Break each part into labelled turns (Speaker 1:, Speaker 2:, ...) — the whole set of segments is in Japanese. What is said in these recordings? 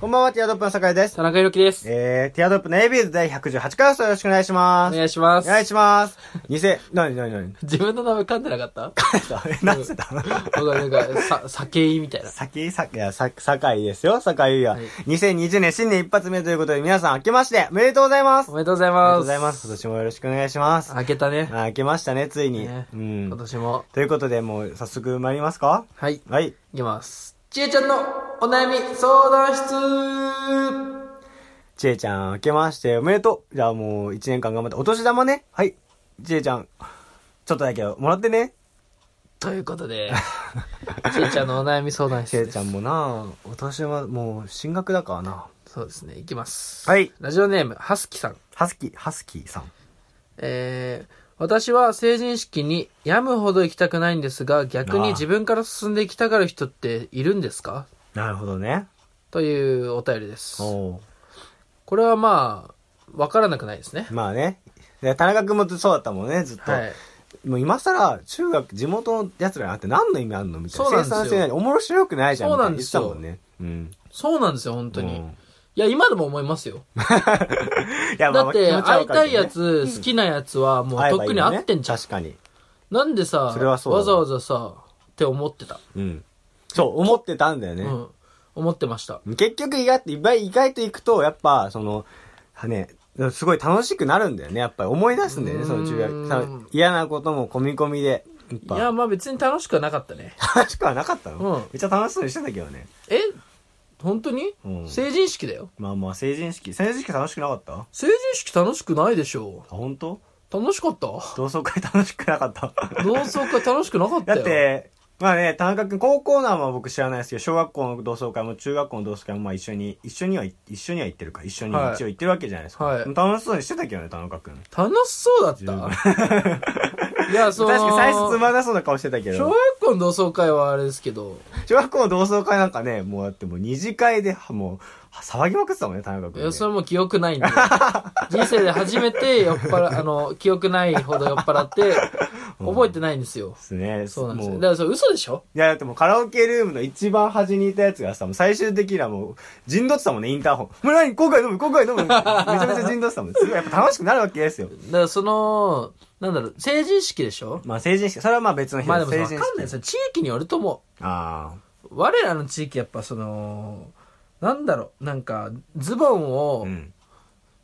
Speaker 1: こんばんは、ティアドロップの酒井です。
Speaker 2: 田中裕樹です。
Speaker 1: えー、ティアドロップの a b ズ第118回放送よろしくお願いしま
Speaker 2: お
Speaker 1: す。
Speaker 2: 願いしま
Speaker 1: お
Speaker 2: す。
Speaker 1: 願いします。偽、なになに なに
Speaker 2: 自分の名前噛んでなかった
Speaker 1: 何つったの
Speaker 2: 僕 なんか、さ、酒井みたいな。
Speaker 1: 先、さ、いや、さ、酒井ですよ、酒井や。
Speaker 2: はい
Speaker 1: 2020年新年一発目ということで、皆さん明けまして、おめでとうございます。
Speaker 2: お
Speaker 1: おめで
Speaker 2: めでとうございます。
Speaker 1: とうございます。今年もよろしくお願いします。
Speaker 2: 開けたね。
Speaker 1: あ明けましたね、ついに。
Speaker 2: ね
Speaker 1: うん
Speaker 2: 今。年も。
Speaker 1: ということで、もう早速参りますか
Speaker 2: はい。い
Speaker 1: はい。
Speaker 2: きます。ちえちゃんのお悩み相談室
Speaker 1: ちえちゃん、明けましておめでとう。じゃあもう一年間頑張って、お年玉ね。はい。ちえちゃん、ちょっとだけど、もらってね。
Speaker 2: というこ とで、ちえちゃんのお悩み相談
Speaker 1: ち
Speaker 2: 室
Speaker 1: え
Speaker 2: です。
Speaker 1: ちゃんもな、お年はもう進学だからな。
Speaker 2: そうですね、いきます。
Speaker 1: はい。
Speaker 2: ラジオネーム、はすきさん。
Speaker 1: ハスキー、ハスキーさん。
Speaker 2: えー、私は成人式に病むほど行きたくないんですが、逆
Speaker 1: ああ
Speaker 2: に自分から進んで行きたがる人っているんですか
Speaker 1: なるほどね。
Speaker 2: というお便りです。
Speaker 1: おう
Speaker 2: これはまあ、わからなくないですね。
Speaker 1: まあね。で田中君もそうだったもんね、ずっと。
Speaker 2: はい。
Speaker 1: もう今更、中学、地元の奴らに会って何の意味あんのみたいな。
Speaker 2: そうなんですよ
Speaker 1: 生産性ない。おもろしろくないじゃん。
Speaker 2: そうなんですよ
Speaker 1: みたいな言ってたもんね。
Speaker 2: そうなんですよ、本当
Speaker 1: うん。
Speaker 2: に。
Speaker 1: うん
Speaker 2: いや、今でも思いますよ。
Speaker 1: いや、まあ
Speaker 2: だ
Speaker 1: まあ気持ちはわか
Speaker 2: って、会
Speaker 1: るけ
Speaker 2: い
Speaker 1: ど
Speaker 2: た
Speaker 1: ね
Speaker 2: いやつ、好きなやつは、もう
Speaker 1: 会え
Speaker 2: と
Speaker 1: ば
Speaker 2: っ
Speaker 1: いい
Speaker 2: くに
Speaker 1: のね
Speaker 2: 会ってんじゃん。
Speaker 1: 確かに。
Speaker 2: なんでさ、
Speaker 1: それはそうだ
Speaker 2: わざわざさ、って思ってた。
Speaker 1: うん。そう、思ってたんだよ
Speaker 2: う
Speaker 1: ね。
Speaker 2: ん。思ってました。
Speaker 1: 結局意外と、意外意外と行くと、やっぱ、その、ね、すごい楽しくなるんだよね。やっぱり思い出すんだよね、
Speaker 2: うーん
Speaker 1: その中学さ。嫌なことも込み込みで。やっ
Speaker 2: いや、
Speaker 1: ぱ、
Speaker 2: まあ別に楽しくはなかったね。
Speaker 1: 楽しくはなかった
Speaker 2: うん
Speaker 1: のめっちゃ楽しそうにしてたけどね。
Speaker 2: え本当に、
Speaker 1: うん
Speaker 2: 成人式だよ。
Speaker 1: まあまあ、成人式。成人式楽しくなかったあ、
Speaker 2: 成人式楽しくないでしょ
Speaker 1: 本当？
Speaker 2: 楽しかった
Speaker 1: 同窓会楽しくなか った。
Speaker 2: 同窓会楽しくなかっ
Speaker 1: だ
Speaker 2: たよ。
Speaker 1: って、まあね、田中君、高校なんは僕知らないですけど、小学校の同窓会も中学校の同窓会もまあ一緒に、一緒には、一緒には行ってるか、一緒に
Speaker 2: はい
Speaker 1: 一応行ってるわけじゃないですか。
Speaker 2: はい
Speaker 1: 楽しそうにしてたけどね、田中君。
Speaker 2: 楽しそうだっ
Speaker 1: 十
Speaker 2: たいや、そ
Speaker 1: 確
Speaker 2: の
Speaker 1: かに最初つまらなそうな顔してたけ
Speaker 2: 小
Speaker 1: ど、
Speaker 2: 学校の同窓会はあれですけど、
Speaker 1: 小学校の同窓会なんかね、もうだってもう二次会で、はもう、騒ぎまくってたもんね、田中
Speaker 2: い
Speaker 1: 君、ね
Speaker 2: や、。それもう記 憶ないんで。人生で初めて酔っ払、あの、記憶ないほど酔っ払って、覚えてないんですよ
Speaker 1: で。すね。
Speaker 2: そうなんですよ。
Speaker 1: も
Speaker 2: だ
Speaker 1: う
Speaker 2: か。らそれ嘘でしょ
Speaker 1: いや、だってもうカラオケルームの一番端にいたやつがさ、もう最終的にはもう、陣取ってたもんね、インターホン。もう何今回飲む、今回飲む。めちゃめちゃ陣取ってたもん。すごいやっぱ楽しくなるわけですよ。
Speaker 2: だからその、なんだろう、成人式でしょ
Speaker 1: まあ成人式、それはまあ別の日
Speaker 2: まあでもさ
Speaker 1: 成
Speaker 2: わ
Speaker 1: 人
Speaker 2: か
Speaker 1: 式
Speaker 2: んないですよ。地域によると思
Speaker 1: あ
Speaker 2: う。我らの地域やっぱその、なんだろう、なんか、ズボン
Speaker 1: あ。
Speaker 2: を
Speaker 1: うん。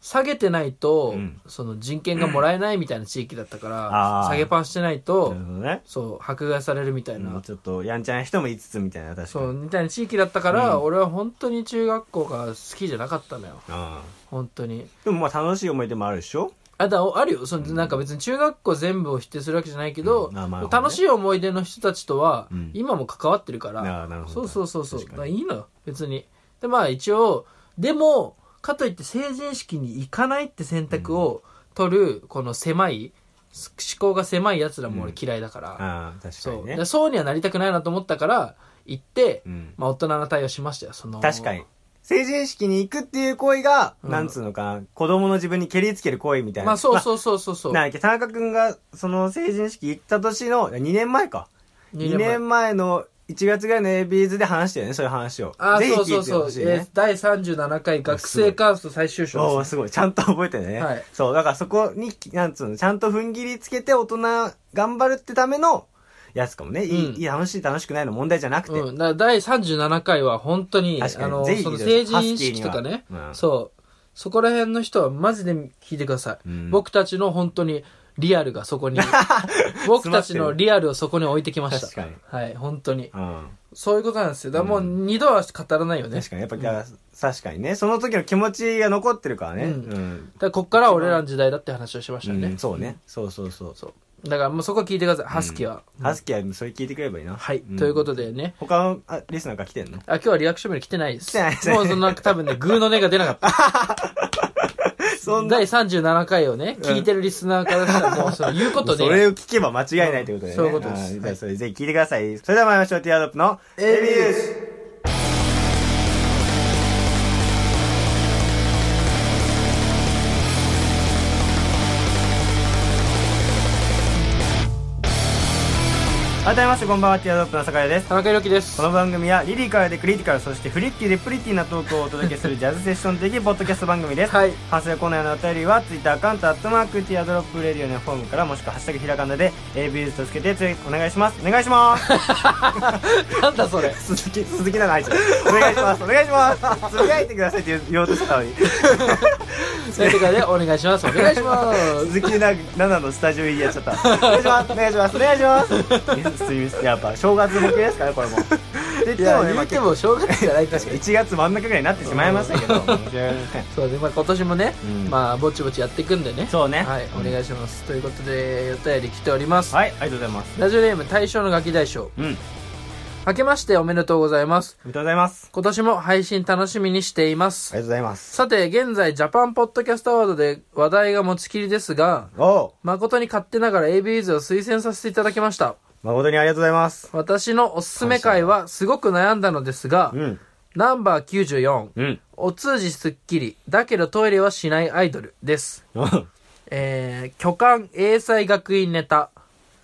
Speaker 2: 下げてないと、
Speaker 1: うん
Speaker 2: その人権がもらえないみたいな地域だったから
Speaker 1: あ、ー
Speaker 2: 下げパンしてない
Speaker 1: な
Speaker 2: と
Speaker 1: る、ほどね。
Speaker 2: そう、迫害されるみたいな。
Speaker 1: もうちょっと、やんちゃな人も5つみたいな、確か
Speaker 2: そ
Speaker 1: に。
Speaker 2: うみたいな地域だったから、
Speaker 1: うん
Speaker 2: 俺は本当に中学校が好きじゃなかったのよ
Speaker 1: ああ。
Speaker 2: 本当に
Speaker 1: でもまあ楽しい思い出もあるでしょ
Speaker 2: あだあるよそのなんか別に中学校全部を否定するわけじゃないけど、
Speaker 1: うんあまあ
Speaker 2: 楽しい思い出の人たちとは
Speaker 1: うん
Speaker 2: 今も関わってるから、
Speaker 1: ああなるほど
Speaker 2: そうそうそうそう
Speaker 1: 確
Speaker 2: だ
Speaker 1: かに
Speaker 2: からいいのよ別にでまあ一応でもかといって成人式に行かないって選択を取るこの狭い思考が狭いやつらも俺嫌いだから、
Speaker 1: ああ、確か
Speaker 2: そう
Speaker 1: にね
Speaker 2: で。そうにはなりたくないなと思ったから行って、
Speaker 1: うん。
Speaker 2: まあ、大人な対応しましたよその
Speaker 1: 確かに。成人式に行くっていう行為が、
Speaker 2: うん
Speaker 1: なんつうのかな、子供の自分に蹴りつける行為みたいな。
Speaker 2: まあそうそうそうそうそう。
Speaker 1: なんだっけ、田中君が、その成人式行った年の、2年前か。
Speaker 2: 二
Speaker 1: 2年前の1月ぐらいの ABs で話したよね、そういう話を。
Speaker 2: あ、
Speaker 1: ぜひ
Speaker 2: そう
Speaker 1: 聞
Speaker 2: そ
Speaker 1: いうて
Speaker 2: そ
Speaker 1: ほ
Speaker 2: う。
Speaker 1: しい
Speaker 2: えー
Speaker 1: ね。
Speaker 2: 第37回学生カースト最終章
Speaker 1: お
Speaker 2: で
Speaker 1: ー
Speaker 2: す。
Speaker 1: すごい。ちゃんと覚えてるね。
Speaker 2: はい
Speaker 1: そう、だからそこに、なんつうの、ちゃんと踏ん切りつけて大人頑張るってためのやつかもね。いい、
Speaker 2: うん
Speaker 1: いい楽しい楽しくないの問題じゃなくて。
Speaker 2: うん、だから第37回は本当に、
Speaker 1: 確かに
Speaker 2: あの、
Speaker 1: ぜひ
Speaker 2: その成人式と
Speaker 1: ハ
Speaker 2: か
Speaker 1: ス
Speaker 2: ね
Speaker 1: キ、ーにはうん
Speaker 2: そう、そこら辺の人はマジで聞いてください。
Speaker 1: うん
Speaker 2: 僕たちの本当にリアルがそ こに、僕たちのリアルをそこに置いてきました。
Speaker 1: 確かに
Speaker 2: はい、本当に。
Speaker 1: うん。
Speaker 2: そういうことなんですよ。だからもう二度は語らないよね。
Speaker 1: 確かに、やっぱ、だから確かにね、その時の気持ちが残ってるからね。う。
Speaker 2: うんんだからこっからは俺らの時代だって話をしましたよね。
Speaker 1: うんそうね。そうそうそう。
Speaker 2: そう。だからもうそこは聞いてください、ハスキーは。
Speaker 1: ハスキーはそれ聞いてくればいいな。
Speaker 2: はい、
Speaker 1: ん
Speaker 2: ということでね。
Speaker 1: 他のあリスナーから来て んの
Speaker 2: あ、今日はリアクションメール来てないです。
Speaker 1: 来てないですね
Speaker 2: もうそのなんか多 分ね、グーの音が出なかった。
Speaker 1: そんな、
Speaker 2: 第37回をね、聞いてるリスナーからしたらもうその言うこと
Speaker 1: それ
Speaker 2: で、
Speaker 1: を聞けば間違いないということでね。
Speaker 2: そういうことです
Speaker 1: はい
Speaker 2: はい
Speaker 1: じゃあ、それぜひ聞いてください。それでは参りましょう。ティアドロップの
Speaker 2: ABUS
Speaker 1: 改めましてこんばんはティアドロップの酒井です
Speaker 2: 田中裕樹です
Speaker 1: この番組はリリカルでクリティカルそしてフリッティでプリティなトークをお届けするジ ャズセッション的ポッドキャスト番組です、
Speaker 2: はい
Speaker 1: 反省コーナーのお便りはツイッターアカウント「アットマークティアドロップレディオ」のフォームからもしくは「ハッシュタグひらがな」で ABS とつけてつお願いしますお願いします
Speaker 2: なん だそれ
Speaker 1: 鈴木鈴木なの愛知お願いしますお願いしますつぶやいてくださいって言おうとしたのに
Speaker 2: それとかでお願いしますお願いします
Speaker 1: 鈴木奈々のスタジオ入りやっちゃったお願いしますお願いしますお願いしますすい ませんやっぱ正月向けですからこれもって言っ
Speaker 2: い
Speaker 1: て
Speaker 2: や
Speaker 1: もねまあ
Speaker 2: 言うても正月じゃな いからね
Speaker 1: 1月真ん中ぐらいになってしまいましたけ ど、申し訳ありません
Speaker 2: そうね、まあ、今年もね、
Speaker 1: うん
Speaker 2: まあぼちぼちやっていくんでね
Speaker 1: そうね
Speaker 2: はいお願いします、ということでお便り来ております、
Speaker 1: はい、ありがとうございます。
Speaker 2: ラジオネーム大賞のガキ大賞
Speaker 1: うん、あり
Speaker 2: 明けましておめでとうございます
Speaker 1: がとうございます。
Speaker 2: 今年も配信楽しみにしています
Speaker 1: ありがとうございます。
Speaker 2: さて現在ジャパンポッドキャストアワードで話題が持ちきりですが
Speaker 1: おお、
Speaker 2: 誠に勝手ながら ABUs を推薦させていただきました
Speaker 1: 誠にありがとうございます。
Speaker 2: 私のおすすめ回はすごく悩んだのですが、
Speaker 1: うん、
Speaker 2: ナンバー94、
Speaker 1: うん、
Speaker 2: お通じすっきり、だけどトイレはしないアイドルです。
Speaker 1: あ
Speaker 2: えー、巨漢英才学院ネタ。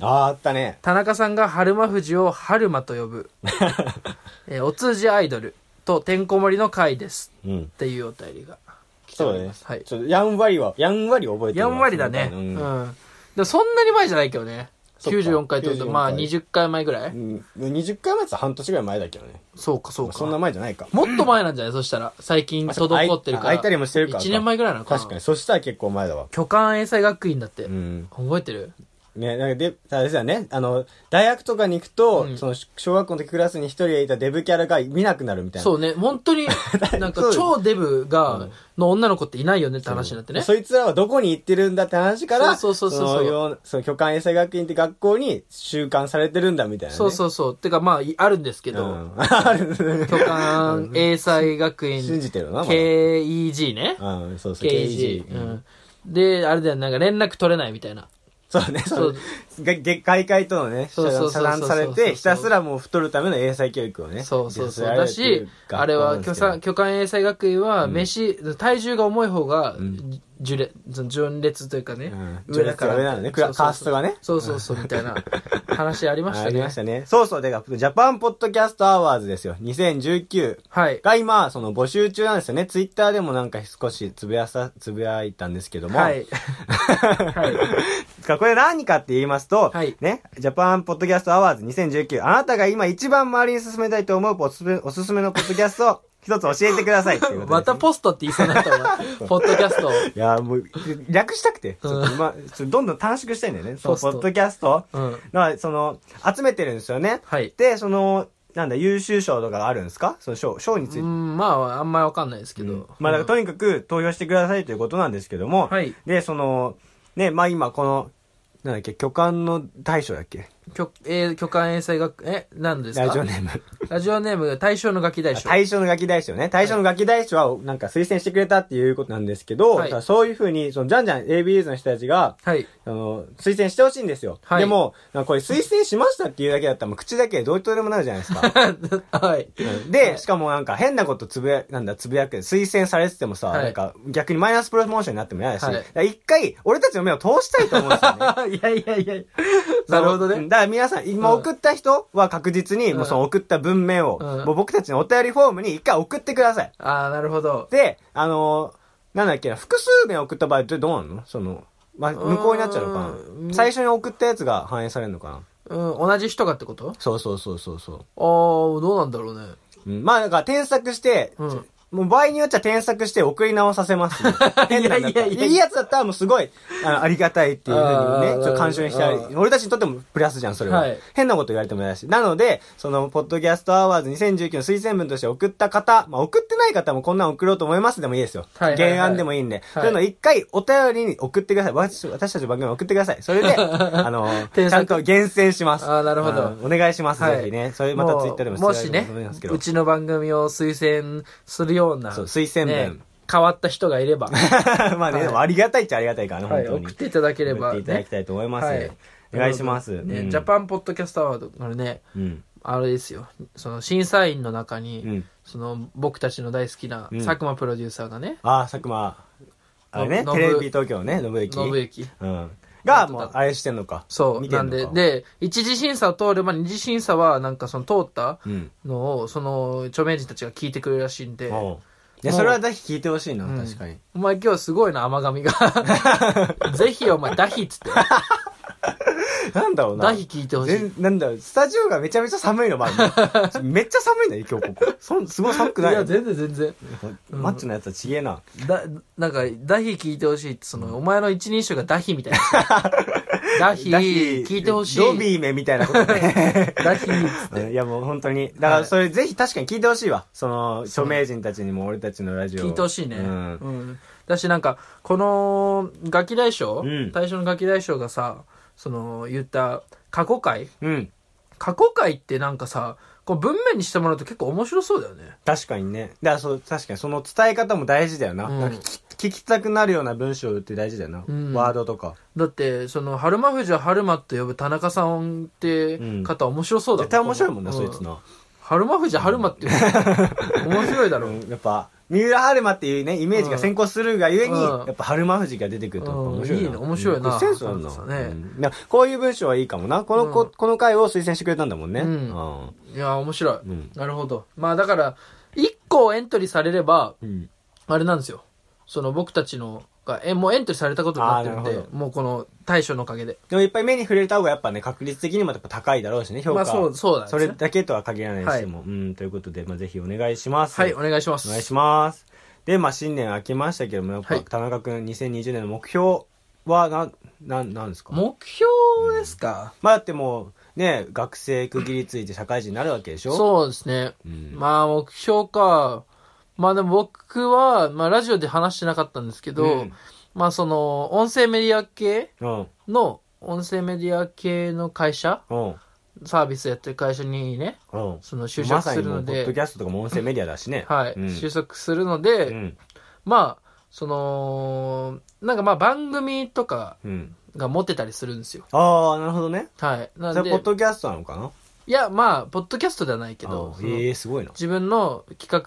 Speaker 1: あー、あった ね。
Speaker 2: 田中さんが春馬富士を春馬と呼ぶ。えーお通じアイドルとてんこ盛りの回です。
Speaker 1: うん。
Speaker 2: っていうお便りが来て
Speaker 1: そ
Speaker 2: お
Speaker 1: うだ
Speaker 2: り
Speaker 1: ね
Speaker 2: ます。。はい。
Speaker 1: ちょっとやんわりは、やんわり覚えてる
Speaker 2: やんわりだね。
Speaker 1: う
Speaker 2: うん。
Speaker 1: ん
Speaker 2: で。もそんなに前じゃないけどね。
Speaker 1: そっか
Speaker 2: 94回ってこ
Speaker 1: 94
Speaker 2: とで、
Speaker 1: 回
Speaker 2: まあ20回前ぐらい、
Speaker 1: うん、20回前って半年ぐらい前だけどね。
Speaker 2: そうかそう
Speaker 1: まあ
Speaker 2: か。
Speaker 1: そんな前じゃないか。
Speaker 2: もっと前なんじゃないそしたら。最近滞ってるから。
Speaker 1: あいたりもしてるから。
Speaker 2: 1年前ぐらいなのかな。
Speaker 1: 確かに。そしたら結構前だわ。
Speaker 2: 巨漢英才学院だって。
Speaker 1: うん。
Speaker 2: 覚えてる
Speaker 1: ね、なんかで、あれですよね、あの、大学とかに行くと、
Speaker 2: うん
Speaker 1: その、小学校の時クラスに一人いたデブキャラが見なくなるみたいな。
Speaker 2: そうね、本当 に、なんか
Speaker 1: そう
Speaker 2: 超デブが、の女の子っていないよねって話になってね。
Speaker 1: そいつらはどこに行ってるんだって話から、
Speaker 2: そうそうそうそうそう
Speaker 1: のようその巨漢衛生学院って学校に収監されてるんだみたいな、ね。
Speaker 2: そうそうそう。てかまあ、いあるんですけ
Speaker 1: う
Speaker 2: ど、
Speaker 1: ん。ある ね
Speaker 2: 巨漢英才学
Speaker 1: 信
Speaker 2: 院、
Speaker 1: じてるな、まだ
Speaker 2: KEG ね。
Speaker 1: うん、そうそう、
Speaker 2: KEG。
Speaker 1: う
Speaker 2: うんん。で、あれだよ、なんか連絡取れないみたいな。
Speaker 1: そうね、そ
Speaker 2: そう
Speaker 1: う。げげ外界とのね、
Speaker 2: そうそうそう
Speaker 1: 遮断遮断され
Speaker 2: そうそうそう
Speaker 1: て、ひたすらもう太るための英才教育をね。
Speaker 2: そうそうそ
Speaker 1: 実際
Speaker 2: う。だ
Speaker 1: やれて
Speaker 2: し
Speaker 1: る、学校
Speaker 2: あれ
Speaker 1: な
Speaker 2: は
Speaker 1: んです
Speaker 2: 巨
Speaker 1: けど
Speaker 2: 漢、巨漢英才学院は、飯、体重が重い方が、順列、その順列というかね
Speaker 1: うん、
Speaker 2: 上だから。
Speaker 1: 順列が上なのねクラ
Speaker 2: そうそうそう
Speaker 1: カーストがね
Speaker 2: そうそうそう、みた いな話ありましたね。
Speaker 1: ありましたね。そうそう、で、ジャパンポッドキャストアワーズですよ。2019。
Speaker 2: はい。
Speaker 1: が今、その募集中なんですよね。ツイッターでもなんか少しつぶやさ、つぶやいたんですけども。
Speaker 2: はい。 はい。
Speaker 1: これ何かって言いますと、
Speaker 2: はい
Speaker 1: ね、ジャパンポッドキャストアワーズ2019、あなたが今一番周りに進めたいと思うおすすめおすすめのポッドキャストを 一つ教えてくださいっていうことです
Speaker 2: またポストって言いそうになった わ。ポッドキャストを。
Speaker 1: いや、もう、略したくて、ちょっと今、ちょっとどんどん短縮したいんだよね。その
Speaker 2: ポスト
Speaker 1: ポッドキャスト
Speaker 2: うん。
Speaker 1: の、その、集めてるんですよね。
Speaker 2: はい。
Speaker 1: で、その、なんだ、優秀賞とかがあるんですかその賞、賞についうて。
Speaker 2: ん、まあ、あんまりわかんないですけど。
Speaker 1: まあ、だからとにかく投票してくださいということなんですけども、
Speaker 2: はい
Speaker 1: で、その、ね、まあ今この、なんだっけ、巨漢の大賞だっけ
Speaker 2: きょえー巨漢英才学、え、何ですか
Speaker 1: ラジオネーム。
Speaker 2: ラジオネーム、大正のガキ大将。
Speaker 1: 大賞のガキ大賞ね。大賞のガキ大賞は、なんか推薦してくれたっていうことなんですけど、
Speaker 2: はい
Speaker 1: ただそういうふうに、その、じゃんじゃん ABUs の人たちが、
Speaker 2: はい。
Speaker 1: あの、推薦してほしいんですよ。
Speaker 2: はい
Speaker 1: でも、なんかこれ推薦しましたっていうだけだったら、もう口だけでどうとでもなるじゃないです か。
Speaker 2: はい。
Speaker 1: で、しかもなんか変なことつぶや、なんだ、つぶやく、推薦されててもさ、
Speaker 2: はい
Speaker 1: なんか逆にマイナスプロモーションになっても嫌だし、
Speaker 2: はい
Speaker 1: だから一回、俺たちの目を通したいと思うんです よね。
Speaker 2: いやいやいやなるほど
Speaker 1: その
Speaker 2: ね。
Speaker 1: だから皆さん、今
Speaker 2: うん
Speaker 1: 送った人は確実に、もうその送った文面を、
Speaker 2: うん
Speaker 1: もう僕たちのお便りフォームに一回送ってください。
Speaker 2: ああ、なるほど。
Speaker 1: で、あのーなんだっけな、複数名送った場合ってどうなのその、まあ、無効になっちゃうのか
Speaker 2: う
Speaker 1: なん最初に送ったやつが反映されるのかな
Speaker 2: うん、同じ人がってことあ
Speaker 1: そうそうそうそうそう。
Speaker 2: あ、どうなんだろうね。
Speaker 1: うん、まあだから添削して、
Speaker 2: うん
Speaker 1: もう場合によっちゃ添削して送り直させます、変なんだったら
Speaker 2: いやいやいや
Speaker 1: いいやつだったらもうすごい、あの、ありがたいっていうふう
Speaker 2: あー
Speaker 1: にね、ちょっと干渉にしてあげ
Speaker 2: あー
Speaker 1: 俺たちにとってもプラスじゃん、それは。
Speaker 2: はい
Speaker 1: 変なこと言われても嫌だし。なので、その、ポッドキャストアワーズ2019の推薦文として送った方、まあ送ってない方もこんなん送ろうと思いますでもいいですよ。
Speaker 2: はいはいはい
Speaker 1: 原案でもいいんで。そういうの一回お便りに送ってください。私私たちの番組に送ってください。そ れで、あの、
Speaker 2: 添削
Speaker 1: ちゃんと厳選します。
Speaker 2: あーなるほ
Speaker 1: う
Speaker 2: ど
Speaker 1: んお願いします、
Speaker 2: はい
Speaker 1: ぜひね。それまたツイッターでも
Speaker 2: もうも
Speaker 1: して
Speaker 2: し
Speaker 1: いただければ
Speaker 2: ね
Speaker 1: と思いますけど
Speaker 2: うちの番組を推薦するような
Speaker 1: そう推薦文
Speaker 2: ね変わった人がい れば、
Speaker 1: まあね、でもありがたいっちゃありがたいからね、
Speaker 2: はい、
Speaker 1: 本当
Speaker 2: 送っ
Speaker 1: に。
Speaker 2: ていただければ、
Speaker 1: 送っていただきたいと思います
Speaker 2: はい
Speaker 1: お願いします
Speaker 2: なるほど
Speaker 1: う
Speaker 2: ね
Speaker 1: ん
Speaker 2: ジャパンポッドキャストアワードのね
Speaker 1: うん。
Speaker 2: あれですよその審査員の中に、
Speaker 1: うん
Speaker 2: その僕たちの大好きな
Speaker 1: うん
Speaker 2: 佐久間プロデューサーがね
Speaker 1: ああ、佐久間。あれね、
Speaker 2: の
Speaker 1: テレビ東京ね、信之。
Speaker 2: 信之
Speaker 1: うん。が、もう、あれしてんのか。
Speaker 2: そ
Speaker 1: 見
Speaker 2: う。
Speaker 1: て
Speaker 2: なんん
Speaker 1: のか
Speaker 2: で、で、一次審査を通れば二次審査は、なんかその通った
Speaker 1: うん。
Speaker 2: のを、その、著名人たちが聞いてくれるらしいんで、
Speaker 1: おういや、それはぜひ聞いてほしいな、確かに。
Speaker 2: お前今日すごいな、甘髪が。 ぜひお前、ダヒっつって。
Speaker 1: なんだろうな。
Speaker 2: ダヒ聞いてほしい。
Speaker 1: 全なんだろう、スタジオがめちゃめちゃ寒いの、まあ、 めっちゃ寒いのよ、今日ここ。そんすごい寒く
Speaker 2: い
Speaker 1: ない
Speaker 2: や、全然全然。うん
Speaker 1: マッチョのやつはちげえな。
Speaker 2: だ、なんか、ダヒ聞いてほしいって、その、お前の一人称がダヒみたいな。 ダヒ、
Speaker 1: だし
Speaker 2: 聞いてほしい。
Speaker 1: ロビーめみたいなことね。
Speaker 2: ダヒっつっ
Speaker 1: うん
Speaker 2: て。
Speaker 1: いやもう本当に。だから
Speaker 2: はい
Speaker 1: それぜひ確かに聞いてほしいわ。その、著名人たちにも俺たちのラジオを。
Speaker 2: 聞いてほしいね。
Speaker 1: う
Speaker 2: うん
Speaker 1: ん。。
Speaker 2: だし、なんか、この、ガキ大将、
Speaker 1: うん
Speaker 2: 大将のガキ大将がさ、その、言った、過去回
Speaker 1: うん。
Speaker 2: 過去回ってなんかさ、こう文面にしてもらうと結構面白そうだよね。
Speaker 1: 確かにね。だからそう、確かにその伝え方も大事だよな。
Speaker 2: うん
Speaker 1: なんか聞聞きたくなるような文章って大事だよな。
Speaker 2: うん
Speaker 1: ワードとか。
Speaker 2: だって、その、春馬富士を春馬と呼ぶ田中さんって方面白そうだ
Speaker 1: 絶対面白いもんな、
Speaker 2: う
Speaker 1: そいつの。
Speaker 2: 春馬富士春馬って呼ぶ 面白いだろ。
Speaker 1: うんやっぱ、三浦春馬っていうね、イメージが先行するがゆえに、
Speaker 2: うん
Speaker 1: やっぱ春馬富士が出てくるとやっぱ面白いな。
Speaker 2: うんいいね面白いな
Speaker 1: うんセンスあるな。
Speaker 2: そうですね
Speaker 1: うんいやこういう文章はいいかもな。この、こ
Speaker 2: うん
Speaker 1: この回を推薦してくれたんだもんね。
Speaker 2: うん
Speaker 1: うん
Speaker 2: いや、面白い。
Speaker 1: うん
Speaker 2: なるほど。まあだから、1個エントリーされれば、
Speaker 1: うん。
Speaker 2: あれなんですよ。その僕たちのが、え、もうエントリーされたことになってるん
Speaker 1: あーなる
Speaker 2: で
Speaker 1: ほ、
Speaker 2: もうこの大将のおかげで。
Speaker 1: でもいっぱい目に触れた方がやっぱね、確率的にもやっぱ高いだろうしね、評価。
Speaker 2: まあそう、そうなんです
Speaker 1: そ
Speaker 2: ね。
Speaker 1: れだけとは限らないにしても。うん、ということで、まあぜひお願いします。
Speaker 2: はい、
Speaker 1: お
Speaker 2: お願いします。
Speaker 1: 願いします。で、まあ新年明けましたけども、やっぱ
Speaker 2: はい
Speaker 1: 田中くん2020年の目標は、な、な、なんですか
Speaker 2: 目標ですか、
Speaker 1: まあだってもう、ね、学生区切りついて社会人になるわけでしょ
Speaker 2: そうですね。
Speaker 1: うん
Speaker 2: まあ、目標か。まあでも僕は、まあラジオで話してなかったんですけど、
Speaker 1: うん
Speaker 2: まあその、音声メディア系
Speaker 1: うん。
Speaker 2: の、音声メディア系の会社、
Speaker 1: うん。
Speaker 2: サービスやってる会社にね、
Speaker 1: うん。
Speaker 2: その就
Speaker 1: まさ
Speaker 2: 職す
Speaker 1: に
Speaker 2: る
Speaker 1: もう
Speaker 2: の
Speaker 1: ポッド
Speaker 2: で
Speaker 1: キ、ャストとかも音声メディアだしね。
Speaker 2: はい、
Speaker 1: うん
Speaker 2: 就職するので、
Speaker 1: うん。
Speaker 2: まあ、その、なんかまあ番組とか
Speaker 1: うん。
Speaker 2: が持ってたりするんですよ。
Speaker 1: ああ、なるほどね。
Speaker 2: はい。な
Speaker 1: そ
Speaker 2: ん
Speaker 1: れ
Speaker 2: で
Speaker 1: ポッ、ドキャストなのかない
Speaker 2: や、まあ、ポッドキャストではないけど
Speaker 1: あ、
Speaker 2: そ
Speaker 1: ー
Speaker 2: の
Speaker 1: ええ、すごいな。
Speaker 2: 自分の企画、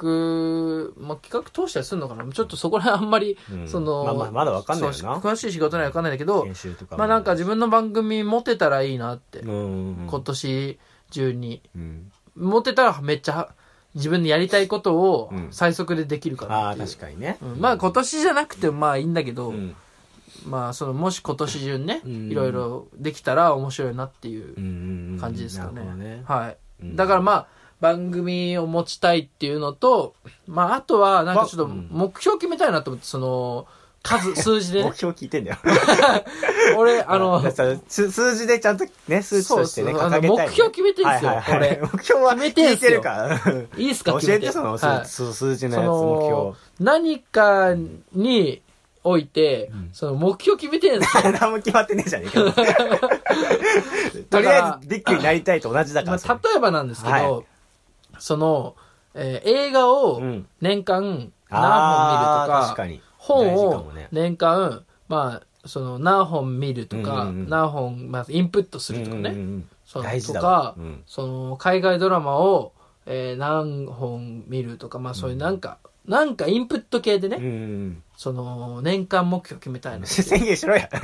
Speaker 2: まあ、企画通したりするのかなちょっとそこら辺あんまり、
Speaker 1: うん
Speaker 2: その、
Speaker 1: まあまあまだわかんないよな
Speaker 2: そう詳しい仕事にはわかんないんだけど、
Speaker 1: 研修とかも。
Speaker 2: まあなんか自分の番組持てたらいいなって、
Speaker 1: うん。
Speaker 2: 今年中に。
Speaker 1: うん。
Speaker 2: 持てたらめっちゃ、自分でやりたいことを
Speaker 1: うん
Speaker 2: 最速でできるか
Speaker 1: あ
Speaker 2: な
Speaker 1: あ、
Speaker 2: っていう。
Speaker 1: 確かにね。
Speaker 2: うんまあ今年じゃなくてもまあいいんだけど、
Speaker 1: うん。
Speaker 2: まあそのもし今年中にね、
Speaker 1: うん
Speaker 2: いろいろできたら面白いなっていう
Speaker 1: うんうんうん。
Speaker 2: 感じですかね。
Speaker 1: なるほどね。
Speaker 2: はい。
Speaker 1: うん
Speaker 2: だからまあ、番組を持ちたいっていうのと、まああとはなんかちょっと
Speaker 1: まうん
Speaker 2: 目標決めたいなと思って、その、 数、数字でね
Speaker 1: 目。標聞いてんだよ。
Speaker 2: 俺、あ の、
Speaker 1: だから数数字でちゃんとね、数値としてね、
Speaker 2: そうそう
Speaker 1: 掲げたいね。
Speaker 2: あの目標決めてんすよ
Speaker 1: はいはいはい目標は
Speaker 2: 決めて
Speaker 1: 聞
Speaker 2: ん
Speaker 1: い
Speaker 2: すよ
Speaker 1: てるから。
Speaker 2: いいですか
Speaker 1: 教
Speaker 2: 決め
Speaker 1: えて、その
Speaker 2: はい
Speaker 1: 数数数字の
Speaker 2: そ
Speaker 1: やつ、目標
Speaker 2: の。、何かにおいて、その目標決 めてるんですよ。
Speaker 1: 何も決まってねえじゃねえ かよ。とりあえず、ビッグになりたいと同じだか
Speaker 2: まあ、
Speaker 1: らそれ。
Speaker 2: 例えばなんですけど、
Speaker 1: は
Speaker 2: その、えー映画を
Speaker 1: うん
Speaker 2: 年間
Speaker 1: あー確
Speaker 2: 何本
Speaker 1: か
Speaker 2: 見る
Speaker 1: に
Speaker 2: とか、本
Speaker 1: 大事か
Speaker 2: を
Speaker 1: もね
Speaker 2: 年間、まあ、その何本見るとか、
Speaker 1: うんうんうん
Speaker 2: 何本、まあ、インプットするとかね、
Speaker 1: うんうんうん
Speaker 2: その
Speaker 1: 大事だ
Speaker 2: と
Speaker 1: わ
Speaker 2: か、
Speaker 1: うん
Speaker 2: その海外ドラマを、えー何本見るとか、まあそういうなんか、なんかインプット系でね、
Speaker 1: うんうん
Speaker 2: その年間目標決めたい
Speaker 1: うん。
Speaker 2: な。
Speaker 1: 宣言しろや。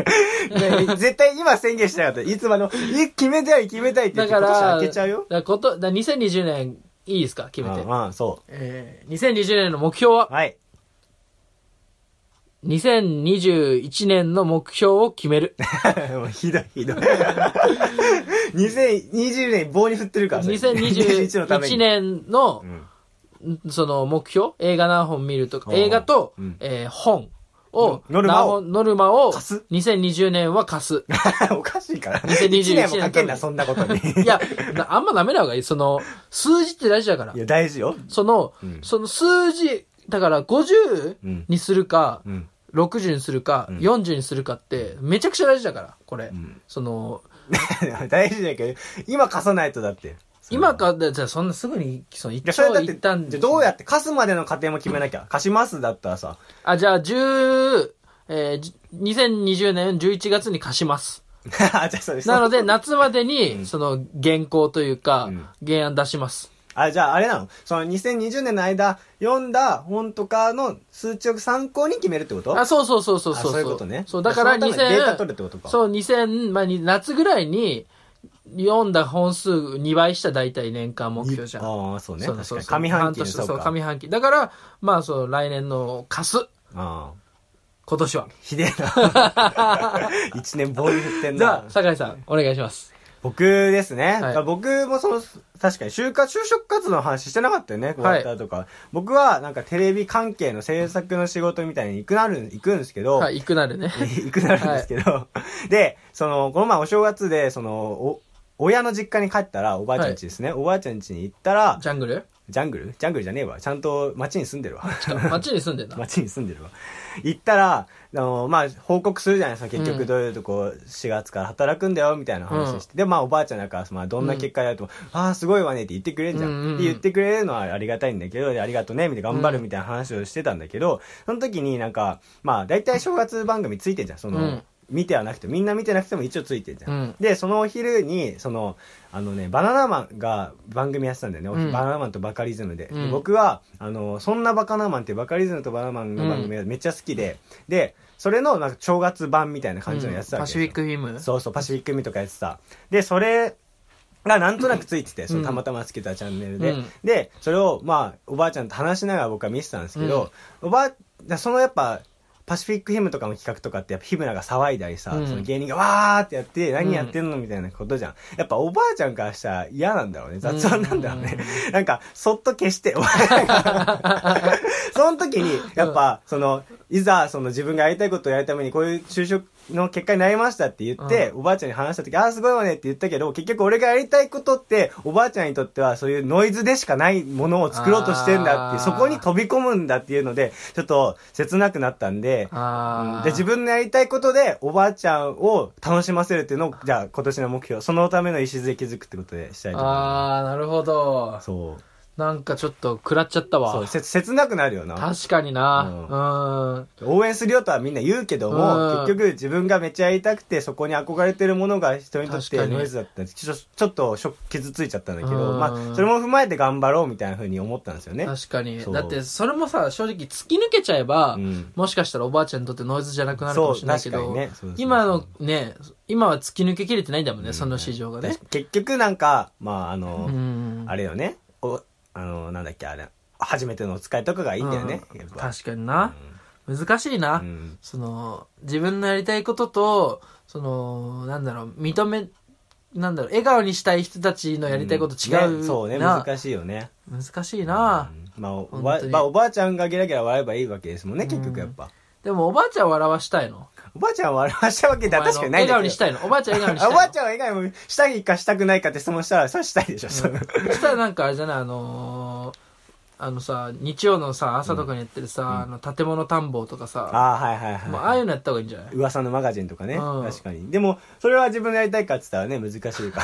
Speaker 1: ね絶対今宣言しなかった。いつまでも、い決めたい、決めたいって言
Speaker 2: だ
Speaker 1: って、
Speaker 2: か
Speaker 1: 今年
Speaker 2: ら、
Speaker 1: 開けちゃうよ。
Speaker 2: だからことだから2020年いいですか決めて。
Speaker 1: うんうん、そ
Speaker 2: えー2020年の目標は
Speaker 1: う。はい。
Speaker 2: 2021年の目標を決 める。
Speaker 1: もうひどいひどい。2020年棒に振ってるから、それ2021のた めに
Speaker 2: 2021年の
Speaker 1: う、ん
Speaker 2: んその目標、映画何本見るとか、
Speaker 1: うん
Speaker 2: 映画と
Speaker 1: うん、
Speaker 2: えー本を、
Speaker 1: ノルマを
Speaker 2: 何本ノルマを、
Speaker 1: 貸す
Speaker 2: 2020年は 貸す。
Speaker 1: おかしいから。
Speaker 2: 2021
Speaker 1: 1年もかけんな、
Speaker 2: 年
Speaker 1: そんなことに。
Speaker 2: いや、なあんまダメな方がいい。その、数字って大事だから
Speaker 1: い。や、大事よ。
Speaker 2: その、
Speaker 1: うん
Speaker 2: その数字、だから50
Speaker 1: うん
Speaker 2: にするか、
Speaker 1: うん。
Speaker 2: 60にするか、
Speaker 1: ん
Speaker 2: 40にするかって、めちゃくちゃ大事だから、これ。
Speaker 1: ん
Speaker 2: その、
Speaker 1: 大事だけど、今貸さないとだって。
Speaker 2: 今か、だじゃあそんなすぐに、その
Speaker 1: い
Speaker 2: 一
Speaker 1: や、それ
Speaker 2: 兆
Speaker 1: だっ
Speaker 2: い
Speaker 1: て、
Speaker 2: ったん
Speaker 1: じゃあどうやって貸すまでの過程も決めなきゃ。貸しますだったらさ、
Speaker 2: あ、じゃあ10、えーじ2020年11月に貸します。
Speaker 1: じゃあそれ
Speaker 2: なの
Speaker 1: で、
Speaker 2: で、夏までに、その、原稿というか、
Speaker 1: うん
Speaker 2: 原案出します。
Speaker 1: あ、じゃああれなのその2020年の間読んだ本とかの数値を参考に決めるってこと
Speaker 2: あ、そうそうそうそう
Speaker 1: あ
Speaker 2: そう。
Speaker 1: そういうことね
Speaker 2: そう、だから
Speaker 1: その
Speaker 2: 2000
Speaker 1: ためにデータ取るってことか
Speaker 2: そう、2000、まあ、に夏ぐらいに読んだ本数2倍した大体年間目標じゃん。
Speaker 1: ああ、そうね。
Speaker 2: そう
Speaker 1: 確
Speaker 2: そ
Speaker 1: か
Speaker 2: う
Speaker 1: に。上
Speaker 2: そう
Speaker 1: 半期
Speaker 2: 半
Speaker 1: に
Speaker 2: 年
Speaker 1: そう
Speaker 2: そう、
Speaker 1: か。
Speaker 2: 上半期。だから、まあ、そう、来年の貸す、
Speaker 1: ああ。
Speaker 2: 今年は。
Speaker 1: ひでえな。 一年棒に振ってん
Speaker 2: じゃ
Speaker 1: な
Speaker 2: あ、。酒井さん、お願いします。
Speaker 1: 僕ですね。
Speaker 2: はい
Speaker 1: 僕もその、確かに就活、就職活動の話してなかったよね、クォーターとか。僕はなんかテレビ関係の制作の仕事みたいに行くなる、行くんですけど、
Speaker 2: はい、行くなる ね。
Speaker 1: 行くなるんですけど、で、その、この前お正月で、その、お、親の実家に帰ったら、おばあちゃん家ですね。おばあちゃん家に行ったら、
Speaker 2: ジャングル
Speaker 1: ジャングルジャングルじゃねえわ。ちゃんと町に住んでるわ。
Speaker 2: ちょっと街に住んで んな。
Speaker 1: 町に住んでるわ。行ったら、あの、まあ、報告するじゃないですか。結
Speaker 2: う
Speaker 1: 局
Speaker 2: ん
Speaker 1: どういうとこ、4月から働くんだよ、みたいな話して。で、まあ、おばあちゃんなんかは、まあ、どんな結果やとも、ああ、すごいわねって言ってくれるじゃん。
Speaker 2: うんうんうん
Speaker 1: で言ってくれるのはありがたいんだけど、でありがとうね、みたいな頑張る
Speaker 2: うん
Speaker 1: みたいな話をしてたんだけど、その時になんか、まあ、大体正月番組ついてんじゃん。その、
Speaker 2: うん
Speaker 1: 見てはなくても、みんな見てなくても一応ついてんじゃん。
Speaker 2: うん
Speaker 1: で、そのお昼に、その、あのね、バナナマンが番組やってたんだよね。
Speaker 2: うん
Speaker 1: バナナマンとバカリズムで。で
Speaker 2: うん
Speaker 1: 僕は、あの、そんなバカナマンっていうバカリズムとバナナマンの番組がめっちゃ好きで、で、それのなんか正月版みたいな感じのやつだ
Speaker 2: パシフィックフィム。
Speaker 1: そうそう、パシフィックミとかやってた。で、それがなんとなくついて て、そのたまたまつけたチャンネルで。
Speaker 2: うん
Speaker 1: で、それを、まあ、おばあちゃんと話しながら僕は見てたんですけど、おばあ、そのやっぱ、パシフィックヒムとかの企画とかってやっぱヒムナが騒いだりさ、
Speaker 2: うん
Speaker 1: その芸人がわーってやって何やってんのみたいなことじゃん。やっぱおばあちゃんからしたら嫌なんだろうね。雑音なんだろうね。なんか、そっと消して、おばあちゃんがその時に、やっぱ、その、いざ、その自分がやりたいことをやるためにこういう就職の結果になりましたって言って、おばあちゃんに話した時、ああ、すごいわねって言ったけど、結局俺がやりたいことって、おばあちゃんにとってはそういうノイズでしかないものを作ろうとしてんだっていう、
Speaker 2: あー
Speaker 1: そこに飛び込むんだっていうので、ちょっと切なくなったんで、
Speaker 2: あ
Speaker 1: うん
Speaker 2: あ。
Speaker 1: で、自分のやりたいことで、おばあちゃんを楽しませるっていうのを、じゃあ今年の目標、そのための礎築くってことでしたいと思いま
Speaker 2: ああ、なるほど
Speaker 1: す。。そう。
Speaker 2: なんかちょっと食らっちゃった
Speaker 1: そ
Speaker 2: わ
Speaker 1: う、。せ切なくなるよな。
Speaker 2: 確かにな。うん。
Speaker 1: 応援するよとはみんな言うけども、
Speaker 2: うん
Speaker 1: 結局自分がめっちゃやりたくて、そこに憧れてるものが人にとっ
Speaker 2: 確
Speaker 1: て
Speaker 2: かに
Speaker 1: ノイズだったんですちょちょっとショック傷ついちゃったんだけど、
Speaker 2: うん
Speaker 1: まあ、それも踏まえて頑張ろうみたいな風に思ったんですよね。
Speaker 2: 確かに。
Speaker 1: そう
Speaker 2: だって、それもさ、正直突き抜けちゃえば、
Speaker 1: うん
Speaker 2: もしかしたらおばあちゃんにとってノイズじゃなくなるかもしれないけ
Speaker 1: そう
Speaker 2: ど、
Speaker 1: 確かにねそうそうそう
Speaker 2: 今のね、今は突き抜けきれてないんだもんね、その市場がね
Speaker 1: 確。か結局なんか、まあ、あの、
Speaker 2: うん
Speaker 1: あれよね。お、あの、なんだっけ、あれ、初めてのお使いとかがいいんだよね。
Speaker 2: うん
Speaker 1: やっぱ
Speaker 2: 確かにな。難しい
Speaker 1: う
Speaker 2: な。
Speaker 1: ん
Speaker 2: その、自分のやりたいことと、その、なんだろう、認め、なんだろう、笑顔にしたい人たちのやりたいこと違うな。
Speaker 1: ねそうね、難しいよね。
Speaker 2: 難しいな、
Speaker 1: うんまあ、おば
Speaker 2: 本当に
Speaker 1: まあおばあちゃんがゲラゲラ笑えばいいわけですもんね、結局やっぱ。
Speaker 2: でもおばあちゃんを笑わしたいの。
Speaker 1: おばあちゃんを笑わしたわけでは確かにないん
Speaker 2: 笑
Speaker 1: だけど
Speaker 2: 顔にしたいの。おばあちゃん笑顔にした
Speaker 1: あ
Speaker 2: い
Speaker 1: お
Speaker 2: の。
Speaker 1: ばあちゃんは笑顔したいかしたくないかって質問したら、それはしたいでしょ、その
Speaker 2: そしたらなんかあれじゃないあのーあのさ日曜のさ朝とかにやってるさ、あの建物探訪とかさ
Speaker 1: ああ、はいはい
Speaker 2: もうああ
Speaker 1: はい
Speaker 2: いうのやった方がいいんじゃない。
Speaker 1: 噂のマガジンとかね、
Speaker 2: うん
Speaker 1: 確かに。でも、それは自分のやりたいかって言ったらね、難しい か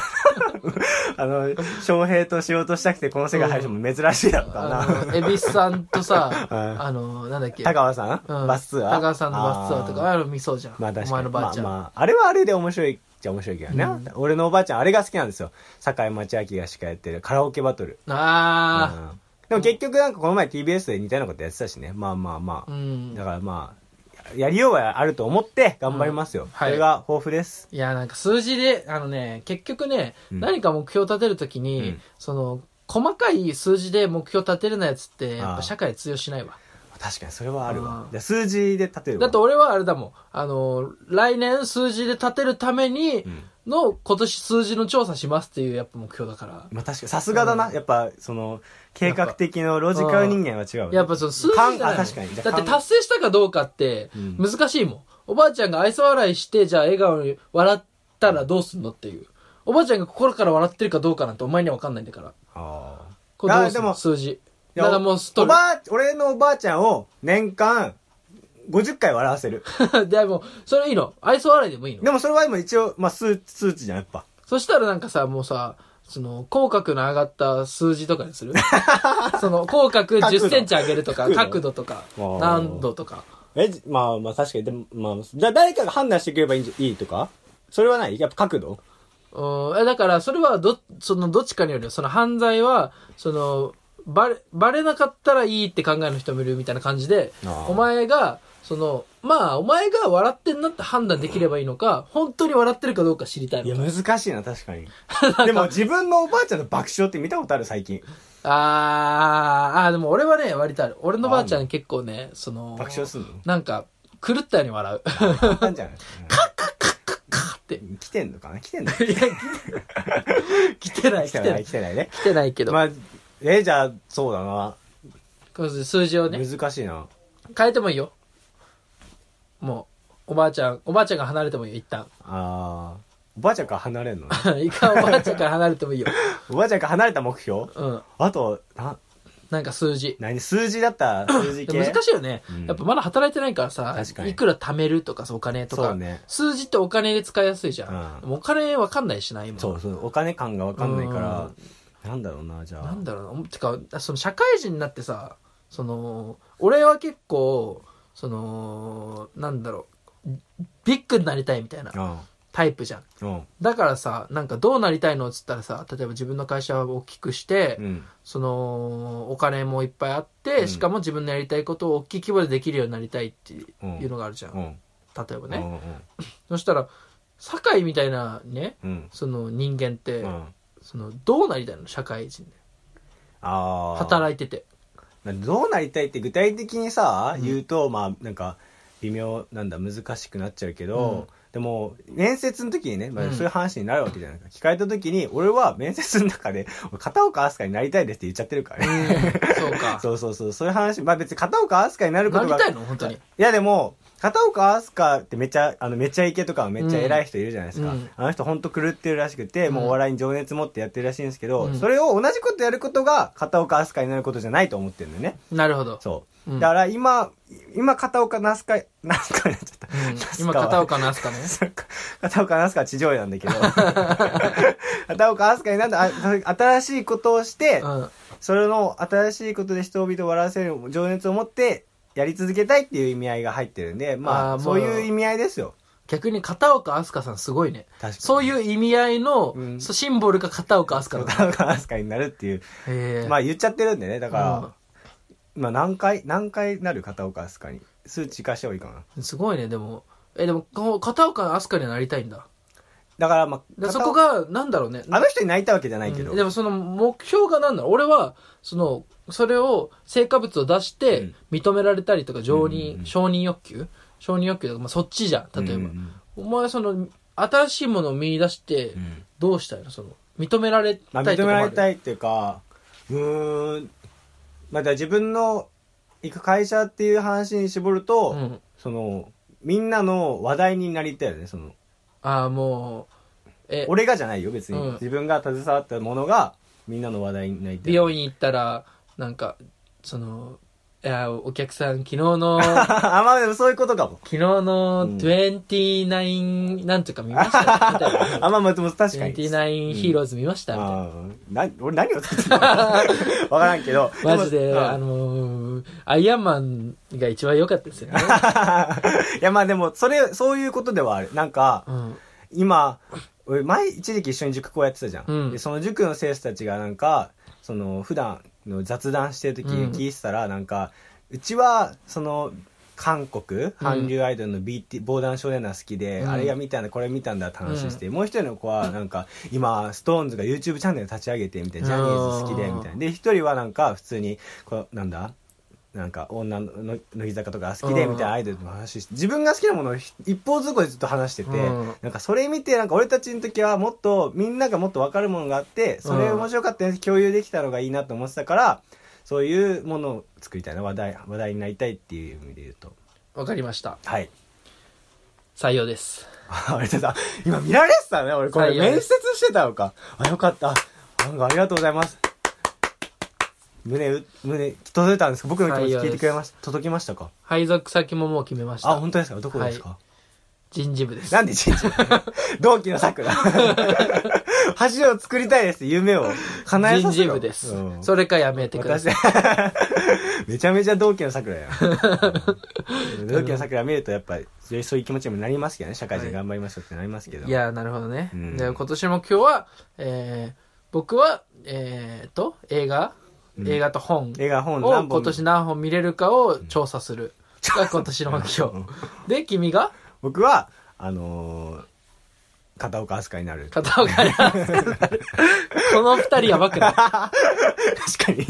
Speaker 1: ら。あの、翔平と仕事したくてこの世界入る人も珍しいだろうから
Speaker 2: あ
Speaker 1: な。
Speaker 2: の恵比寿さん とさ
Speaker 1: うん
Speaker 2: あのーなんだっけ
Speaker 1: 田川さん、
Speaker 2: うん
Speaker 1: バスツアー
Speaker 2: 田川さんのバスツアーとかあ
Speaker 1: あ
Speaker 2: あいうの見そうじゃん、
Speaker 1: まあ確
Speaker 2: お
Speaker 1: か
Speaker 2: 前
Speaker 1: に。
Speaker 2: のばあちゃん、
Speaker 1: まあ、まあ、あれはあれで面白いっちゃ面白いけどね、
Speaker 2: うん
Speaker 1: 俺のおばあちゃん、あれが好きなんですよ。堺町明がしかやってるカラオケバトル。
Speaker 2: ああ
Speaker 1: うんでも結局なんかこの前 TBS で似たようなことやってたしね。まあまあまあ。
Speaker 2: うん
Speaker 1: だからまあ、やりようはあると思って頑張りますよ。
Speaker 2: んはい
Speaker 1: それが豊富です。
Speaker 2: いやなんか数字であのね結局ね、
Speaker 1: うん
Speaker 2: 何か目標立てるときに、
Speaker 1: うん
Speaker 2: その細かい数字で目標立てるなやつってやっ
Speaker 1: あー
Speaker 2: ぱ社会通用しないわ
Speaker 1: 確かにそれはあるわ
Speaker 2: う。ん
Speaker 1: じゃあ数字で立てるわ。
Speaker 2: だって俺はあれだもん。あの、来年数字で立てるために
Speaker 1: ん
Speaker 2: の、今年数字の調査しますっていうやっぱ目標だから。
Speaker 1: まあ確かにさすがだな。やっぱ、その、計画的のロジカル人間は違うね。
Speaker 2: やっぱその数字じゃない
Speaker 1: かんあ確かにじゃあ
Speaker 2: だって
Speaker 1: かん
Speaker 2: 達成したかどうかって
Speaker 1: ん
Speaker 2: 難しいもん。おばあちゃんが愛想笑いして、じゃあ笑顔に笑ったらどうすんのっていう。おばあちゃんが心から笑ってるかどうかなんてお前には分かんないんだから。
Speaker 1: ああ。
Speaker 2: これどうす
Speaker 1: あで
Speaker 2: ん
Speaker 1: も
Speaker 2: の数字。
Speaker 1: い
Speaker 2: だ
Speaker 1: や
Speaker 2: からもうスト
Speaker 1: おばあ、俺のおばあちゃんを年間50回笑わせる。
Speaker 2: レ。 でも、それいいの。愛想笑いでもいいの。
Speaker 1: でもそれは今一応、まあ数、数値じゃん、やっぱ。
Speaker 2: そしたらなんかさ、もうさ、その、口角の上がった数字とか にするその、口角10センチ上げるとか、
Speaker 1: 角度
Speaker 2: 角度とか、
Speaker 1: ー
Speaker 2: 何度とか。
Speaker 1: え、じまあまあ確かに、でも、まあ、じゃあ誰かが判断してくればいいんじゃいいとかそれはないやっぱ角度
Speaker 2: うんえだから、それはど、そのどっちかによるよ。その犯罪は、その、バレ、バレなかったらいいって考えの人もいるみたいな感じで、
Speaker 1: あー
Speaker 2: お前が、その、まあ、お前が笑ってんなって判断できればいいのか、本当に笑ってるかどうか知りたい
Speaker 1: いや、
Speaker 2: のか。
Speaker 1: 難しいな、確か に。でも自分のおばあちゃんの爆笑って見たことある、最近。
Speaker 2: あー、あーでも俺はね、割とある。俺のばあちゃん結構ね、その、
Speaker 1: 爆笑すんの
Speaker 2: なんか、狂ったように笑う。
Speaker 1: なんじゃない
Speaker 2: カー って。
Speaker 1: 来てんのかな来てんの
Speaker 2: いや、来てない、
Speaker 1: 来
Speaker 2: 来て
Speaker 1: て
Speaker 2: な
Speaker 1: ないい、。来てないね。
Speaker 2: 来てないけど。
Speaker 1: まあ、えー、じゃあ、そうだな。
Speaker 2: この数字をね、
Speaker 1: 難しいな。
Speaker 2: 変えてもいいよ。もう、おばあちゃん、おばあちゃんが離れてもいいよ、一旦。
Speaker 1: あー。おばあちゃんから離れんの
Speaker 2: 一回おばあちゃんから離れても いいよ。
Speaker 1: おばあちゃんから離れた目標
Speaker 2: うん。
Speaker 1: あと、な、
Speaker 2: なんか数字。
Speaker 1: 何数字だったら数字
Speaker 2: で
Speaker 1: 系
Speaker 2: も難しいよね、
Speaker 1: うん
Speaker 2: やっぱまだ働いてないからさ
Speaker 1: 確かに
Speaker 2: いくら貯めるとかさお金と
Speaker 1: そ
Speaker 2: か、
Speaker 1: うね
Speaker 2: 数字ってお金で使いやすいじゃん、
Speaker 1: うん
Speaker 2: でもお金わかんないしな今
Speaker 1: そうそう、お金感がわかんないから、なんだろうな、じゃあ。
Speaker 2: なんだろうなてかその社会人になってさその俺は結構そのなんだろうビッグになりたいみたいなタイプじゃん
Speaker 1: うん。うん。
Speaker 2: だからさなんかどうなりたいのっつったらさ例えば自分の会社を大きくして、
Speaker 1: うん。
Speaker 2: そのお金もいっぱいあって、
Speaker 1: うん
Speaker 2: しかも自分のやりたいことを大きい規模でできるようになりたいっていうのがあるじゃん、
Speaker 1: うん。
Speaker 2: 例えば
Speaker 1: うん。う
Speaker 2: ね、
Speaker 1: ん。
Speaker 2: そしたら堺みたいなね
Speaker 1: うん。
Speaker 2: その人間って、
Speaker 1: うん。
Speaker 2: そのどうなりたいの社会人で
Speaker 1: ああ。
Speaker 2: 働いてて
Speaker 1: どうなりたいって具体的にさ、
Speaker 2: うん
Speaker 1: 言うとまあなんか微妙なんだ難しくなっちゃうけど、でも面接の時にね、ま
Speaker 2: う
Speaker 1: あ、
Speaker 2: ん
Speaker 1: そういう話になるわけじゃないですか、聞かれた時に俺は面接の中で俺片岡飛鳥になりたいですって言っちゃってるからね、
Speaker 2: そうか
Speaker 1: そうそうそうそういう話まあ別に片岡飛鳥になるこ
Speaker 2: な
Speaker 1: と
Speaker 2: り
Speaker 1: が
Speaker 2: たいの本当に
Speaker 1: いやでも片岡飛鳥ってめっちゃあのめっちゃイケとかめっちゃ偉い人いるじゃないですか、
Speaker 2: うん
Speaker 1: あの人ほんと狂ってるらしくて、もうお笑いに情熱持ってやってるらしいんですけど、
Speaker 2: うん
Speaker 1: それを同じことやることが片岡飛鳥になることじゃないと思ってるんだよね
Speaker 2: なるほど、
Speaker 1: そう。
Speaker 2: うん
Speaker 1: だから今、今、片岡ナスカ、ナスカになっちゃった。
Speaker 2: うん
Speaker 1: ナスカ
Speaker 2: 今
Speaker 1: は
Speaker 2: 片岡のア スカね
Speaker 1: 片岡ナスカは地上絵なんだけ ど。片岡ナスカになんだ、あ新しいことをして、
Speaker 2: うん
Speaker 1: それの新しいことで人々を笑わせる情熱を持って、やり続けたいっていう意味合いが入ってるんで、ま
Speaker 2: あ
Speaker 1: あ、
Speaker 2: ー
Speaker 1: そう
Speaker 2: もう
Speaker 1: いう意味合いですよ。
Speaker 2: 逆に片岡飛鳥さんすごいね
Speaker 1: 確かに。
Speaker 2: そ
Speaker 1: う。
Speaker 2: ういう意味合いの、
Speaker 1: うん
Speaker 2: そうシンボルが片岡飛鳥な
Speaker 1: 片岡ナスカになるっていう、
Speaker 2: のへえ
Speaker 1: まあ言っちゃってるんでね、だから、まあ何回、何回なる片岡ナスカに。数値化した方がいいかな。
Speaker 2: うんすごいねでもえでもこう片岡飛鳥になりたいんだ
Speaker 1: だからまあ、
Speaker 2: でそ
Speaker 1: 片
Speaker 2: こ
Speaker 1: 岡
Speaker 2: がなんだろうね
Speaker 1: あの人に泣いたわけじゃないけど。
Speaker 2: うんでもその目標が何なの俺は、その、それを、成果物を出し
Speaker 1: う
Speaker 2: て
Speaker 1: ん、
Speaker 2: 認められたりとか、承
Speaker 1: うん
Speaker 2: 認、
Speaker 1: うんうん
Speaker 2: 承認欲求承認欲求とか、まあ、そっちじゃん、例えば。
Speaker 1: うんうん
Speaker 2: お前はその、新しいものを見出して
Speaker 1: う、ん
Speaker 2: どうしたいのその、認められた
Speaker 1: まあ、
Speaker 2: いと
Speaker 1: 認
Speaker 2: か
Speaker 1: め
Speaker 2: も
Speaker 1: ら
Speaker 2: あ
Speaker 1: れ
Speaker 2: る
Speaker 1: たいっていうかうーんまあだから自分の行く会社っていう話に絞ると、
Speaker 2: うん。
Speaker 1: そのみんなの話題になりたいよねその
Speaker 2: ああ、もう、え、
Speaker 1: 俺がじゃないよ別に、
Speaker 2: うん
Speaker 1: 自分が携わったものがみんなの話題になりたい
Speaker 2: 美容院行ったら、なんか、その、いや、お客さん、昨 日の、昨
Speaker 1: あまあでもそういうことか も
Speaker 2: 日の
Speaker 1: うん
Speaker 2: 29、なんとか見 ましたみたいな。
Speaker 1: あまあまあでも確かに
Speaker 2: 29ヒーローズ見ましたみたいな。
Speaker 1: うんな俺何を言ってるのわからんけど
Speaker 2: マジ
Speaker 1: もう
Speaker 2: で、
Speaker 1: ん
Speaker 2: あのーアイアンマンが一番良かったです よね。
Speaker 1: いやまあでもそれそういうことではあるなんか、
Speaker 2: うん。
Speaker 1: 今俺前一時期一緒に塾こうやってたじゃん、
Speaker 2: うん
Speaker 1: でその塾の生徒たちがなんかその普段の雑談してる時
Speaker 2: うん
Speaker 1: 聞いてたらなんか、うちはその韓国韓流アイドルの BT、防弾少年団好きで、
Speaker 2: うん
Speaker 1: あれが見たんだこれ見たんだって話して、もう一人の子はなんか今 SixTONES が YouTube チャンネル立ち上げてみたいなジャニーズ好きでみたいなで一人はなんか普通にこうなんだなんか女のの乃木坂とか好きでみたいなアイドルの話して自分が好きなものをひ一方通行でずっと話してて、
Speaker 2: うん
Speaker 1: なんかそれ見てなんか俺たちの時はもっとみんながもっと分かるものがあってそれ面白かったね共有できたのがいいなと思ってたからそういうものを作りたいな話題話題になりたいっていう意味で言うと
Speaker 2: わかりました。
Speaker 1: はい
Speaker 2: 採用です。
Speaker 1: あれだ今見られてたね俺これ
Speaker 2: 採用
Speaker 1: 面
Speaker 2: で
Speaker 1: 接してたのかあよかったなんかありがとうございます胸う胸届いたんですか僕の気持
Speaker 2: 採
Speaker 1: ち
Speaker 2: 用
Speaker 1: 聞
Speaker 2: で
Speaker 1: い
Speaker 2: す
Speaker 1: てくれました届きましたか
Speaker 2: 配属先ももう決めました。
Speaker 1: あ本当ですかどこですか、
Speaker 2: は人事部です。
Speaker 1: なんで人事同期の 桜。橋を作りたいです。夢を叶え
Speaker 2: 人
Speaker 1: させ
Speaker 2: 事
Speaker 1: ろ。
Speaker 2: 部です。
Speaker 1: うん
Speaker 2: それかやめてくだ
Speaker 1: 私
Speaker 2: さ い。、
Speaker 1: めちゃめちゃ同期の桜や。 うん同期の桜見るとやっぱ、よりそういう気持ちにもなりますけどね。社会人頑張りましょうってなりますけど。
Speaker 2: いやー、なるほどね。
Speaker 1: うん
Speaker 2: で今年も今日は、えー、僕は、えーと、映画、
Speaker 1: うん
Speaker 2: 映画と本
Speaker 1: 映画本
Speaker 2: を
Speaker 1: 何本
Speaker 2: 今年何本見れるかを調査する。が今年の目標。で、君が
Speaker 1: 僕は、あのー片岡飛鳥になる。
Speaker 2: 片岡に合わせるこの二人やばくない
Speaker 1: 確かに。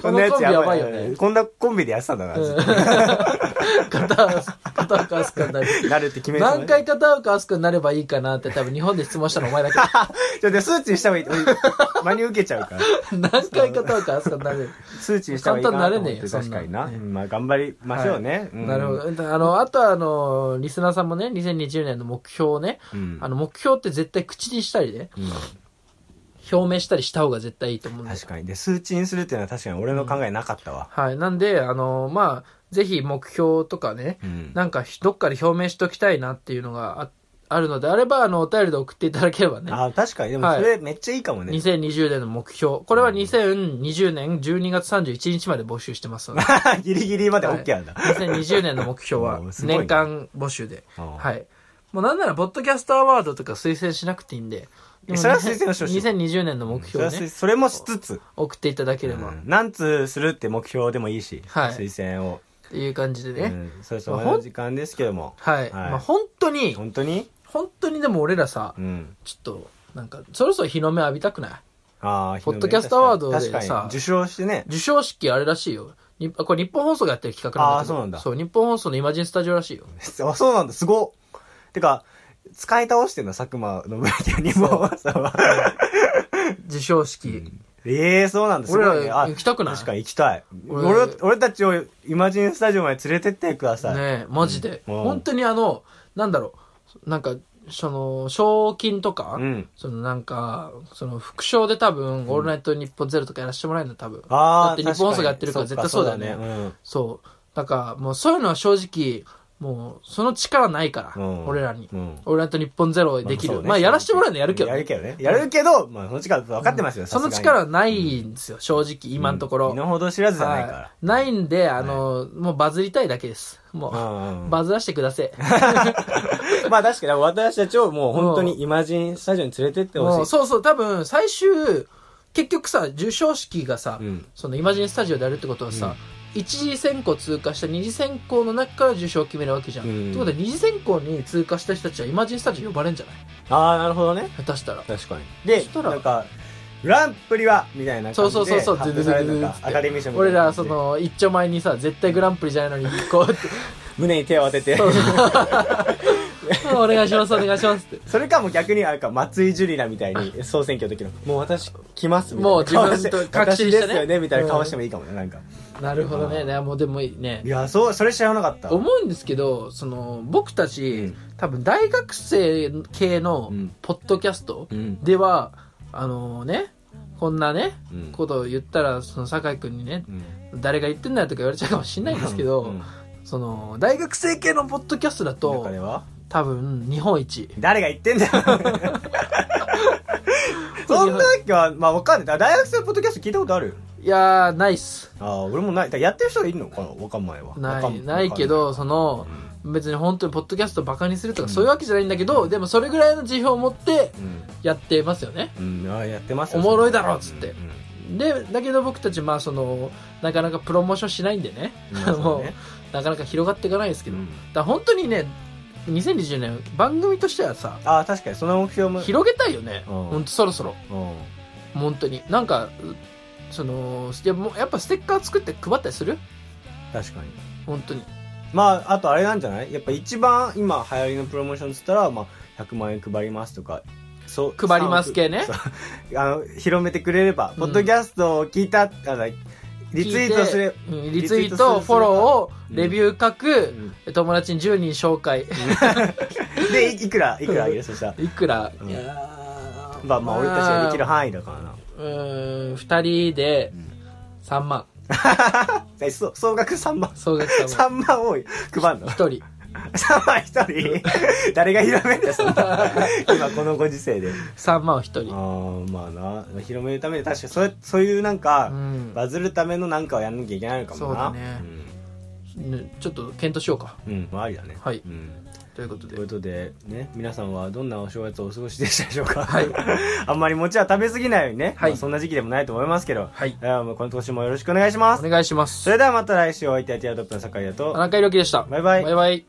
Speaker 2: このコンビやばいよね
Speaker 1: こんなやつこんなコンビでやってたんだな、ずっと
Speaker 2: 片片岡飛鳥になる。
Speaker 1: なるって決めてたね
Speaker 2: 何回片岡飛鳥になればいいかなって多分日本で質問したのお前だ けだ。
Speaker 1: ちょ、で、数値にした方がいい。 真に受けちゃうから。
Speaker 2: 何回片岡飛鳥になれる。
Speaker 1: 数値にした方がいいかなと思って。
Speaker 2: 簡単
Speaker 1: 確
Speaker 2: に
Speaker 1: か
Speaker 2: な
Speaker 1: に
Speaker 2: れねえよ
Speaker 1: な。
Speaker 2: そんなのね
Speaker 1: うんまあ、頑張りましょうね。うん
Speaker 2: なるほ。ど。あの、あとはあの、リスナーさんもね、2020年の目標をね、
Speaker 1: うん
Speaker 2: あの、目標って絶対口にしたりね、
Speaker 1: うん
Speaker 2: 表明したりした方が絶対いいと思うんです。
Speaker 1: 確かに。で、数値にするっていうのは確かに俺の考えなかったわ。
Speaker 2: はい。なんで、あの、まあ、ぜひ目標とかね、
Speaker 1: うん。
Speaker 2: なんかひどっかで表明しときたいなっていうのがああるのであれば、あの、お便りで送っていただければね、
Speaker 1: あ、確かに。でも
Speaker 2: はい
Speaker 1: それめっちゃいいかもね。
Speaker 2: 2020年の目標、これは2020年12月31日まで募集してますので、
Speaker 1: ギリギリまで OK なんだ。
Speaker 2: 2020年の目標 は
Speaker 1: うんすごいね
Speaker 2: 年間募集で、
Speaker 1: うん
Speaker 2: はい。もうなんなら、ポッドキャストアワードとか推薦しなくていいんで、でも
Speaker 1: それは推薦をしてほしい
Speaker 2: 2020年の目
Speaker 1: それ
Speaker 2: 標を
Speaker 1: は推
Speaker 2: ね、
Speaker 1: それもしつつ、
Speaker 2: 送っていただけれ
Speaker 1: う
Speaker 2: ば、
Speaker 1: ん何通するって目標でもいいし、
Speaker 2: はい
Speaker 1: 推薦を。
Speaker 2: っていう感じでね。
Speaker 1: うんそろそろ
Speaker 2: ま
Speaker 1: 終
Speaker 2: あほん
Speaker 1: わる時間ですけども。
Speaker 2: はい。
Speaker 1: はい
Speaker 2: まあ本当に、
Speaker 1: 本当に
Speaker 2: 本当にでも俺らさ
Speaker 1: う、ん。
Speaker 2: ちょっと、なんか、そろそろ日の目浴びたくない
Speaker 1: ああ、
Speaker 2: ポッドキャストアワードでさ
Speaker 1: 確かに受賞してね。
Speaker 2: 授賞式あれらしいよ。にこれ日本放送がやってる企画なんだけど。
Speaker 1: あーそうなんだ
Speaker 2: そう、日本放送のイマジンスタジオらしいよ。
Speaker 1: あ、そうなんだ、すごっ。てか、使い倒してんの、佐久間信明にも、さんは。
Speaker 2: 授賞式。
Speaker 1: ええそうなんだ、すごい、ね。
Speaker 2: 俺ら
Speaker 1: あ
Speaker 2: 行きたくない
Speaker 1: 確かに行きたい。
Speaker 2: 俺
Speaker 1: 俺俺たちをイマジンスタジオまで連れてってください。
Speaker 2: ねえ、マジで。
Speaker 1: うん
Speaker 2: 本当にあの、なんだろう、なんか、その、賞金とか、
Speaker 1: うん
Speaker 2: そのなんか、その副賞で多分、オールナイト日本ゼロとかやらせてもらえるの多分。だ
Speaker 1: ああ、
Speaker 2: って日本放送がやってるから
Speaker 1: 確
Speaker 2: 絶対そうだよね。
Speaker 1: そっかそうだね
Speaker 2: そう。だから、もうそういうのは正直、もう、その力ないから、
Speaker 1: うん
Speaker 2: 俺らに。
Speaker 1: うん
Speaker 2: オールナイト日本ゼロできる。まあ、やらせてもらえるのやるけど、
Speaker 1: やるけどね。やるけど、まあ、その力分かってますよ、
Speaker 2: その
Speaker 1: さすがに
Speaker 2: 力はないんですよ、正直、今のところ。
Speaker 1: 身の程知らずじゃない
Speaker 2: は
Speaker 1: か
Speaker 2: いないんで、あの、もうバズりたいだけです。もう、
Speaker 1: うんうん
Speaker 2: バズらしてください。
Speaker 1: ら。まあ、確かに私たちをもう本当にイマジンスタジオに連れてって
Speaker 2: も
Speaker 1: ほ
Speaker 2: う
Speaker 1: しい。
Speaker 2: そうそう、多分、最終、結局さ、授賞式がさ、
Speaker 1: うん
Speaker 2: そのイマジンスタジオでやるってことはさ、一次選考通過した二次選考の中から受賞を決めるわけじゃん。
Speaker 1: うん
Speaker 2: ってことは二次選考に通過した人たちはイマジンスタジオ呼ばれんじゃない
Speaker 1: ああ、なるほどね。
Speaker 2: 下手したら。
Speaker 1: 確かに。
Speaker 2: そ
Speaker 1: で
Speaker 2: した、ら
Speaker 1: なんか、グランプリはみたいな感じで。
Speaker 2: そうそうそうそう、
Speaker 1: 発表されるのかアカデミー賞みたい
Speaker 2: 俺
Speaker 1: な
Speaker 2: ら、
Speaker 1: 感じ
Speaker 2: そ
Speaker 1: で。
Speaker 2: の、一丁前にさ、絶対グランプリじゃないのに、こ うやって、
Speaker 1: 胸に手を当てて。
Speaker 2: そう そうお願いします、お願いしますって。
Speaker 1: それかも逆にあれか、松井ジュリナみたいに総選挙の時の、もう私来ますみたいな。
Speaker 2: もう自分と確信し
Speaker 1: 私
Speaker 2: てね
Speaker 1: ですよねみたいな顔してもいいかもね、なんか。
Speaker 2: なるほどね。いやもうでもいいね
Speaker 1: い。や、そう、それ知らなかった。
Speaker 2: 思うんですけど、その、僕たち、
Speaker 1: うん
Speaker 2: 多分大学生系の
Speaker 1: うん
Speaker 2: ポッドキャスト
Speaker 1: うん
Speaker 2: では、あのね、こんなね、
Speaker 1: うん
Speaker 2: ことを言ったら、その、酒井くんにね
Speaker 1: う、ん
Speaker 2: 誰が言ってんだよとか言われちゃうかもしれないんですけど、
Speaker 1: うん
Speaker 2: その、大学生系のポッドキャストだと
Speaker 1: 中、では
Speaker 2: 多分、日本一。
Speaker 1: 誰が言ってんだ よ。そんなわけは、まあわかんない。大学生のポッドキャスト聞いたことある
Speaker 2: いやー、ないっす。
Speaker 1: ああ、俺もない。だからやってる人がいるのかなわかんないわ。わ
Speaker 2: な
Speaker 1: かん
Speaker 2: い、ないけ。ど、その、別に本当にポッドキャストバカにするとかそういうわけじゃないんだけど、でもそれぐらいの辞表を持って
Speaker 1: うん。
Speaker 2: やってますよね。
Speaker 1: うん、ああやってます
Speaker 2: おもろいだろっつって
Speaker 1: うん
Speaker 2: で、だけど僕たち、まあその、なかなかプロモーションしないんでね、
Speaker 1: うんまあ
Speaker 2: も
Speaker 1: そう
Speaker 2: う
Speaker 1: ね、
Speaker 2: なかなか広がっていかないですけど、
Speaker 1: うん
Speaker 2: だから本当にね、2020年、番組としてはさ、
Speaker 1: ああ、確かに、その目標も。
Speaker 2: 広げたいよね、
Speaker 1: うん
Speaker 2: ほんとそろそろ、
Speaker 1: うん
Speaker 2: 本当に。なんか、うその、いやもうやっぱステッカー作って配ったりする
Speaker 1: 確かに。
Speaker 2: 本当に。
Speaker 1: まあ、あとあれなんじゃないやっぱ一番今流行りのプロモーションっつったら、まあ、100万円配りますとか、そう。
Speaker 2: 配ります系ね
Speaker 1: 3億そうあの、広めてくれれば、
Speaker 2: ん
Speaker 1: ポッドキャストを聞いた、あのリツイートすれ、
Speaker 2: 聞いてうんリツイート、フォローを、レビュー書く、友達に10人紹介。
Speaker 1: で、いいくら、いくらあげるそしたら。
Speaker 2: いくら、
Speaker 1: うん
Speaker 2: いやー
Speaker 1: まあまあ、俺たちができる範囲だからな。
Speaker 2: うーん、2人で3万。
Speaker 1: え、そう、総額3万。
Speaker 2: 総額3万。
Speaker 1: 3万を配るの
Speaker 2: 1人。
Speaker 1: 3万1人 誰が広めるよそんな今このご時世で
Speaker 2: 3万を一人
Speaker 1: ああまあな広めるために確かにそうそういうなんか、
Speaker 2: うん
Speaker 1: バズるためのなんかをやんなきゃいけないのかもな
Speaker 2: そうだねねちょっと検討しようか
Speaker 1: うん、うんまあ、ありだね
Speaker 2: はい
Speaker 1: うん
Speaker 2: ということ
Speaker 1: と
Speaker 2: で
Speaker 1: いうことでね皆さんはどんなお正月をお過ごしでしたでしょうか、
Speaker 2: はい
Speaker 1: あんまり餅は食べ過ぎないようにね、
Speaker 2: はい
Speaker 1: まあそんな時期でもないと思いますけど、
Speaker 2: はい
Speaker 1: えーもうこの年もよろしくお願いしま
Speaker 2: お
Speaker 1: す
Speaker 2: 願いしま
Speaker 1: そ
Speaker 2: す
Speaker 1: れではまた来週お会いいたいティアドロップの酒井だと
Speaker 2: 田中裕樹でした
Speaker 1: バイバイ
Speaker 2: バイバイ